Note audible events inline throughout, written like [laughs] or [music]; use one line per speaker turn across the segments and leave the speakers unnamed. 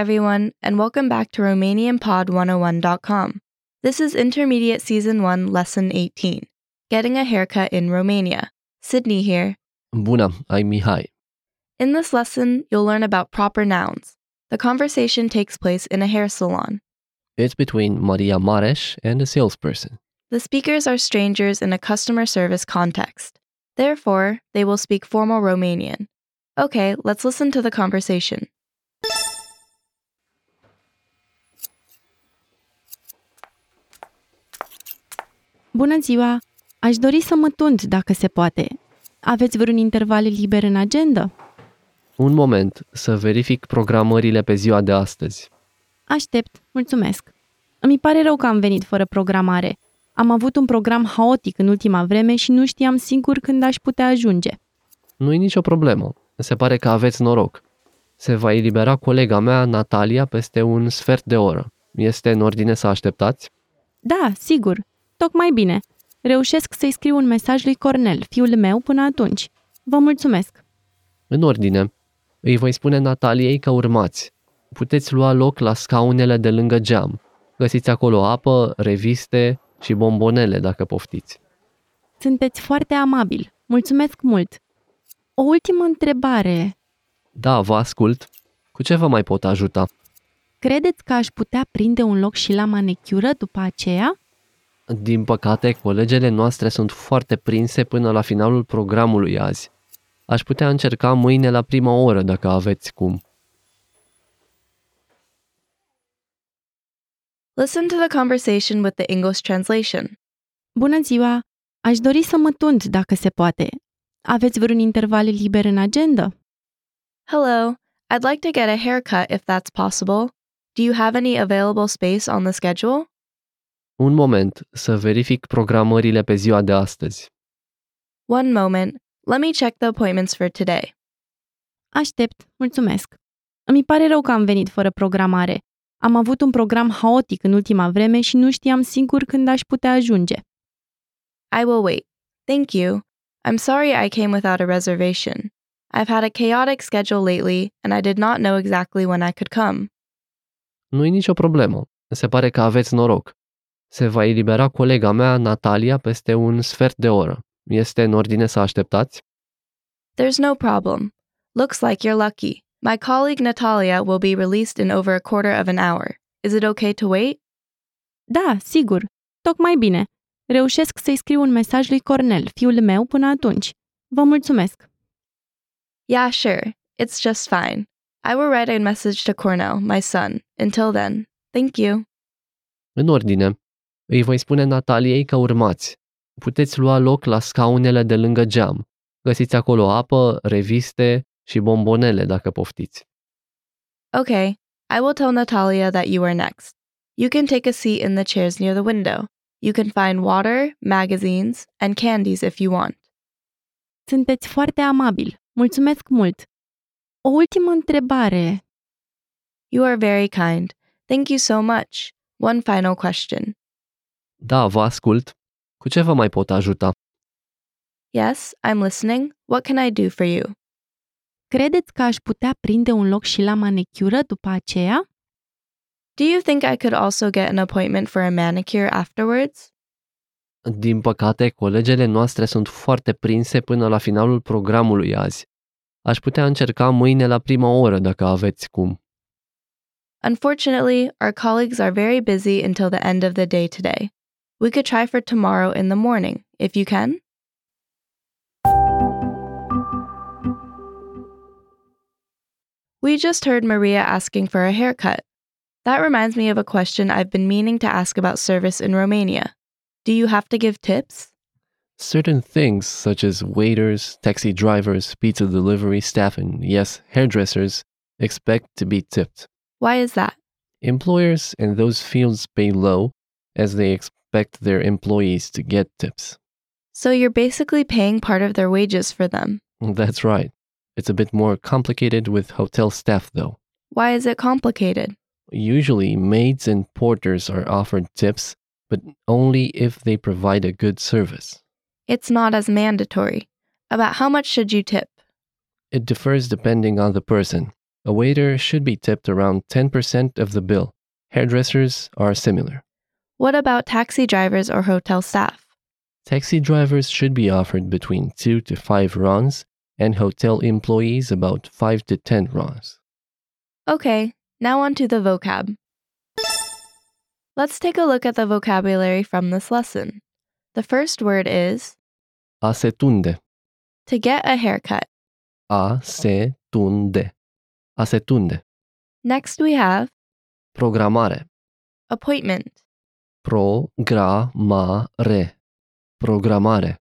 everyone, and welcome back to RomanianPod101.com. This is Intermediate Season 1, Lesson 18 Getting a Haircut in Romania. Sydney here.
Bună, I'm Mihai.
In this lesson, you'll learn about proper nouns. The conversation takes place in a hair salon.
It's between Maria Mareș and a salesperson.
The speakers are strangers in a customer service context. Therefore, they will speak formal Romanian. Okay, let's listen to the conversation.
Bună ziua! Aș dori să mă tund, dacă se poate. Aveți vreun interval liber în agenda?
Un moment, să verific programările pe ziua de astăzi.
Aștept, mulțumesc. Îmi pare rău că am venit fără programare. Am avut un program haotic în ultima vreme și nu știam sigur când aș putea ajunge.
Nu e nicio problemă. Se pare că aveți noroc. Se va elibera colega mea, Natalia, peste un sfert de oră. Este în ordine să așteptați?
Da, sigur, tocmai bine. Reușesc să-i scriu un mesaj lui Cornel, fiul meu, până atunci. Vă mulțumesc!
În ordine. Îi voi spune Nataliei că urmați. Puteți lua loc la scaunele de lângă geam. Găsiți acolo apă, reviste și bombonele dacă poftiți.
Sunteți foarte amabil. Mulțumesc mult! O ultimă întrebare.
Da, vă ascult. Cu ce vă mai pot ajuta?
Credeți că aș putea prinde un loc și la manecură după aceea?
Din păcate, colegele noastre sunt foarte prinse până la finalul programului azi. Aș putea încerca mâine la prima oră dacă aveți cum.
Listen to the conversation with the English translation.
Bună ziua! Aș dori să mă tund, dacă se poate. Aveți vreun interval liber în agenda?
Hello, I'd like to get a haircut if that's possible. Do you have any available space on the schedule?
Un moment, să verific programările pe ziua de astăzi.
One moment. Let me check the appointments for today.
Aștept, mulțumesc. Îmi pare rău că am venit fără programare. Am avut un program haotic în ultima vreme și nu știam sigur când aș putea ajunge.
I will wait. Thank you. I'm sorry I came without a reservation. I've had a chaotic schedule lately, and I did not know exactly when I could come.
Nu e nicio problemă. Se pare că aveți noroc. Se va elibera colega mea, Natalia, peste un sfert de oră. Este în ordine să așteptați?
There's no problem. Looks like you're lucky. My colleague Natalia will be released in over a quarter of an hour. Is it okay to wait?
Da, sigur. Tocmai bine. Reușesc să-i scriu un mesaj lui Cornel, fiul meu, până atunci. Vă mulțumesc.
Yeah, sure. It's just fine. I will write a message to Cornell, my son. Until then, thank you.
În ordine. Îi voi spune Nataliei că urmați. Puteți lua loc la scaunele de lângă geam. Găsiți acolo apă, reviste și bombonele dacă poftiți.
Okay, I will tell Natalia that you are next. You can take a seat in the chairs near the window. You can find water, magazines, and candies if you want.
Sunteți foarte amabil. Mulțumesc mult. O ultimă întrebare.
You are very kind. Thank you so much. One final question.
Da, vă ascult. Cu ce vă mai pot ajuta?
Yes, I'm listening. What can I do for you?
Credeți că aș putea prinde un loc și la manicură după aceea?
Do you think I could also get an appointment for a manicure afterwards?
Din păcate, colegele noastre sunt foarte prinse până la finalul programului azi. Aș putea încerca mâine la prima oră dacă aveți cum.
Unfortunately, our colleagues are very busy until the end of the day today. We could try for tomorrow in the morning, if you can. We just heard Maria asking for a haircut. That reminds me of a question I've been meaning to ask about service in Romania. Do you have to give tips?
Certain things, such as waiters, taxi drivers, pizza delivery staff, and yes, hairdressers, expect to be tipped.
Why is that?
Employers in those fields pay low as they expect their employees to get tips. [laughs]
So you're basically paying part of their wages for them.
That's right. It's a bit more complicated with hotel staff, though.
Why is it complicated?
Usually, maids and porters are offered tips, but only if they provide a good service.
It's not as mandatory. About how much should you tip?
It differs depending on the person. A waiter should be tipped around 10% of the bill. Hairdressers are similar.
What about taxi drivers or hotel staff?
Taxi drivers should be offered between 2 to 5 RONs and hotel employees about 5 to 10 RONs.
Okay, now on to the vocab. Let's take a look at the vocabulary from this lesson. The first word is
A se tunde.
to get a haircut.
A se tunde. A se tunde.
Next, we have
Programare.
appointment.
Programare. Programare.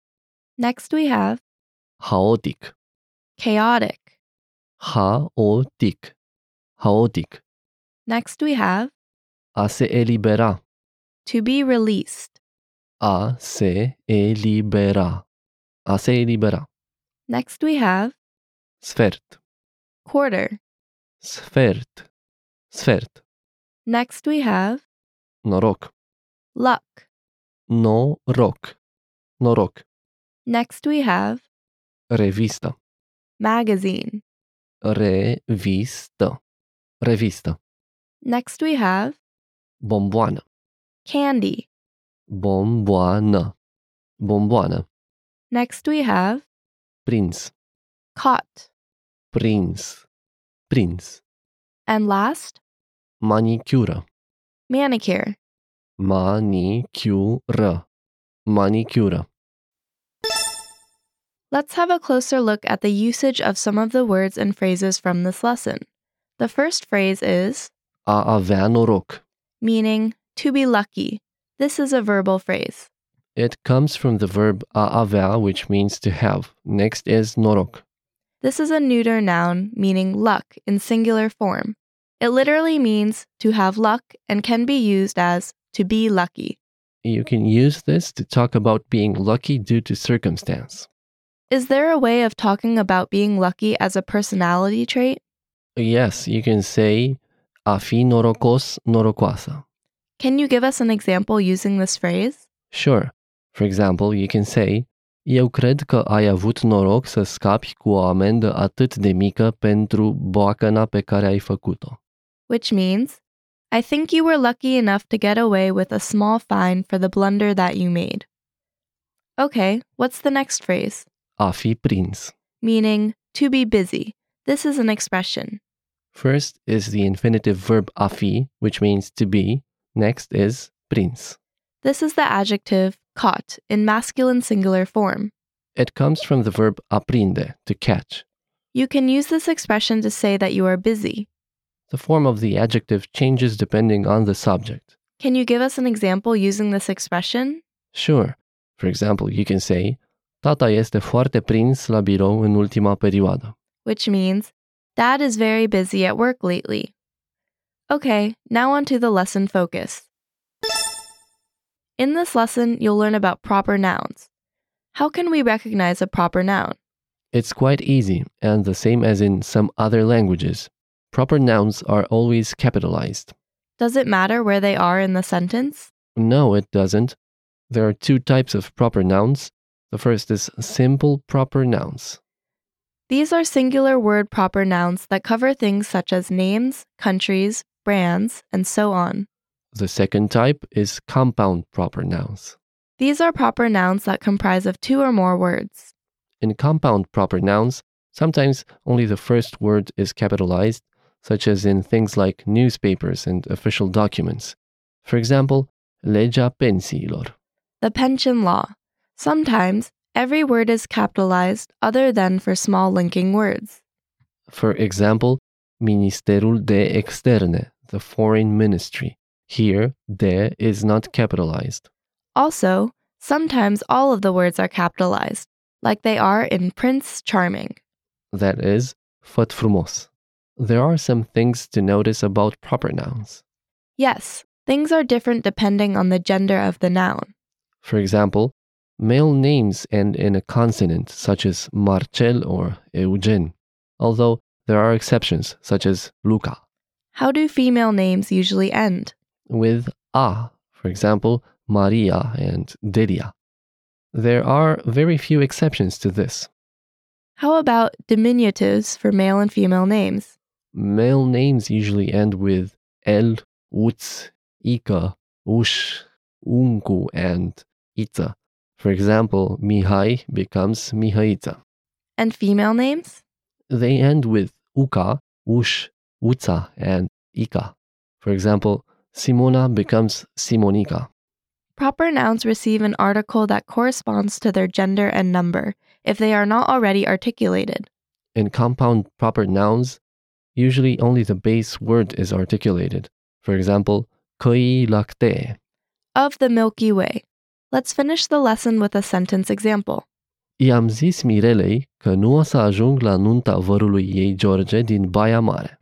Next, we have
Haotic.
chaotic.
Haotic. Haotic.
Next, we have
A se elibera.
to be released.
A se elibera. A se elibera.
Next, we have
Sfert.
quarter.
Sfert. Sfert.
Next, we have
Noroc.
luck.
Noroc. Noroc.
Next, we have
Revista.
magazine.
Revistă. Revistă.
Next, we have
Bomboană.
candy.
Bomboană. Bomboană.
Next, we have
Prins.
caught.
Prins. Prins.
And last,
Manicură.
manicure.
Manicură. Manicură.
Let's have a closer look at the usage of some of the words and phrases from this lesson. The first phrase is
A avea noroc.
meaning to be lucky. This is a verbal phrase.
It comes from the verb a avea, which means to have. Next is noroc.
This is a neuter noun meaning luck in singular form. It literally means to have luck and can be used as to be lucky.
You can use this to talk about being lucky due to circumstance.
Is there a way of talking about being lucky as a personality trait?
Yes, you can say a fi norocos, norocoasă.
Can you give us an example using this phrase?
Sure. For example, you can say Eu cred că ai avut noroc să scapi cu o amendă atât de mică pentru boacăna pe care ai făcut-o.
Which means, I think you were lucky enough to get away with a small fine for the blunder that you made. Okay, what's the next phrase?
A fi prins.
Meaning, to be busy. This is an expression.
First is the infinitive verb a fi, which means to be. Next is prins.
This is the adjective caught in masculine singular form.
It comes from the verb aprinde, to catch.
You can use this expression to say that you are busy.
The form of the adjective changes depending on the subject.
Can you give us an example using this expression?
Sure. For example, you can say Tata este foarte prins la birou în ultima perioadă.
Which means, Dad is very busy at work lately. Okay, now on to the lesson focus. In this lesson, you'll learn about proper nouns. How can we recognize a proper noun?
It's quite easy and the same as in some other languages. Proper nouns are always capitalized.
Does it matter where they are in the sentence?
No, it doesn't. There are two types of proper nouns. The first is simple proper nouns.
These are singular word proper nouns that cover things such as names, countries, brands, and so on.
The second type is compound proper nouns.
These are proper nouns that comprise of two or more words.
In compound proper nouns, sometimes only the first word is capitalized, such as in things like newspapers and official documents. For example, legea pensiilor.
The pension law. Sometimes every word is capitalized other than for small linking words.
For example, Ministerul de Externe, the foreign ministry. Here, de is not capitalized.
Also, sometimes all of the words are capitalized, like they are in Prince Charming.
that is, făt frumos. There are some things to notice about proper nouns.
Yes, things are different depending on the gender of the noun.
For example, male names end in a consonant, such as Marcel or Eugen, although there are exceptions, such as Luca,
How do female names usually end?
with a, for example, Maria and Delia. There are very few exceptions to this.
How about diminutives for male and female names?
male names usually end with El, Uts, Ica, Ush, Uncu, and Ita. For example, Mihai becomes Mihaita.
And female names?
They end with Uca, Ush, Uța, and Ica. For example, Simona becomes Simonica.
Proper nouns receive an article that corresponds to their gender and number, if they are not already articulated.
In compound proper nouns, usually only the base word is articulated. For example, căi lactee.
Of the Milky Way. Let's finish the lesson with a sentence example.
I-am zis Mirelei că nu o să ajung la nunta vărului ei George din Baia Mare.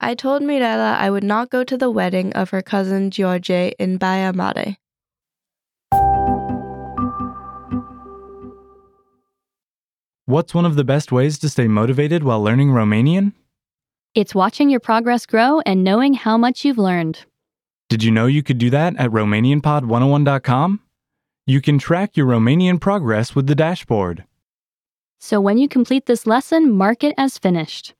I told Mirella I would not go to the wedding of her cousin Giorge in Baia Mare.
What's one of the best ways to stay motivated while learning Romanian?
It's watching your progress grow and knowing how much you've learned.
Did you know you could do that at RomanianPod101.com? You can track your Romanian progress with the dashboard.
So when you complete this lesson, mark it as finished.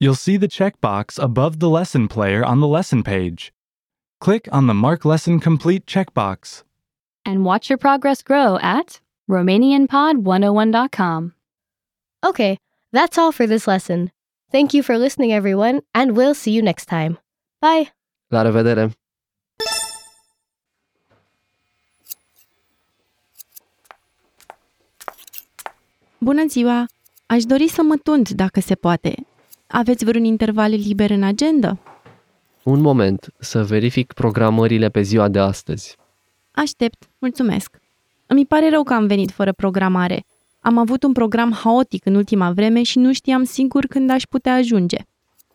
You'll see the checkbox above the lesson player on the lesson page. Click on the Mark Lesson Complete checkbox.
And watch your progress grow at RomanianPod101.com.
Okay, that's all for this lesson. Thank you for listening, everyone, and we'll see you next time. Bye.
La revedere!
Bună ziua! Aș dori să mă tund, dacă se poate. Aveți vreun interval liber în agenda?
Un moment, să verific programările pe ziua de astăzi.
Aștept, mulțumesc. Îmi pare rău că am venit fără programare. Am avut un program haotic în ultima vreme și nu știam singur când aș putea ajunge.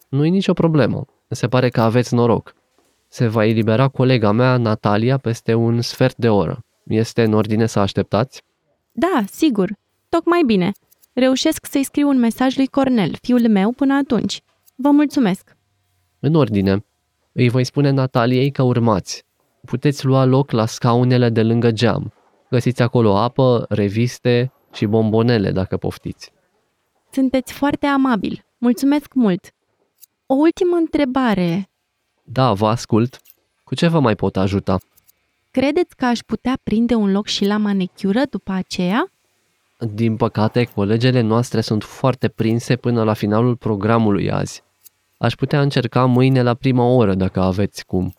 Nu e nicio problemă. Se pare că aveți noroc. Se va elibera colega mea, Natalia, peste un sfert de oră. Este în ordine să așteptați?
Da, sigur, tocmai bine. Reușesc să-i scriu un mesaj lui Cornel, fiul meu, până atunci. Vă mulțumesc!
În ordine. Îi voi spune Nataliei că urmați. Puteți lua loc la scaunele de lângă geam. Găsiți acolo apă, reviste și bombonele dacă poftiți.
Sunteți foarte amabil. Mulțumesc mult! O ultimă întrebare.
Da, vă ascult. Cu ce vă mai pot ajuta?
Credeți că aș putea prinde un loc și la manecură după aceea?
Din păcate, colegele noastre sunt foarte prinse până la finalul programului azi. Aș putea încerca mâine la prima oră dacă aveți cum.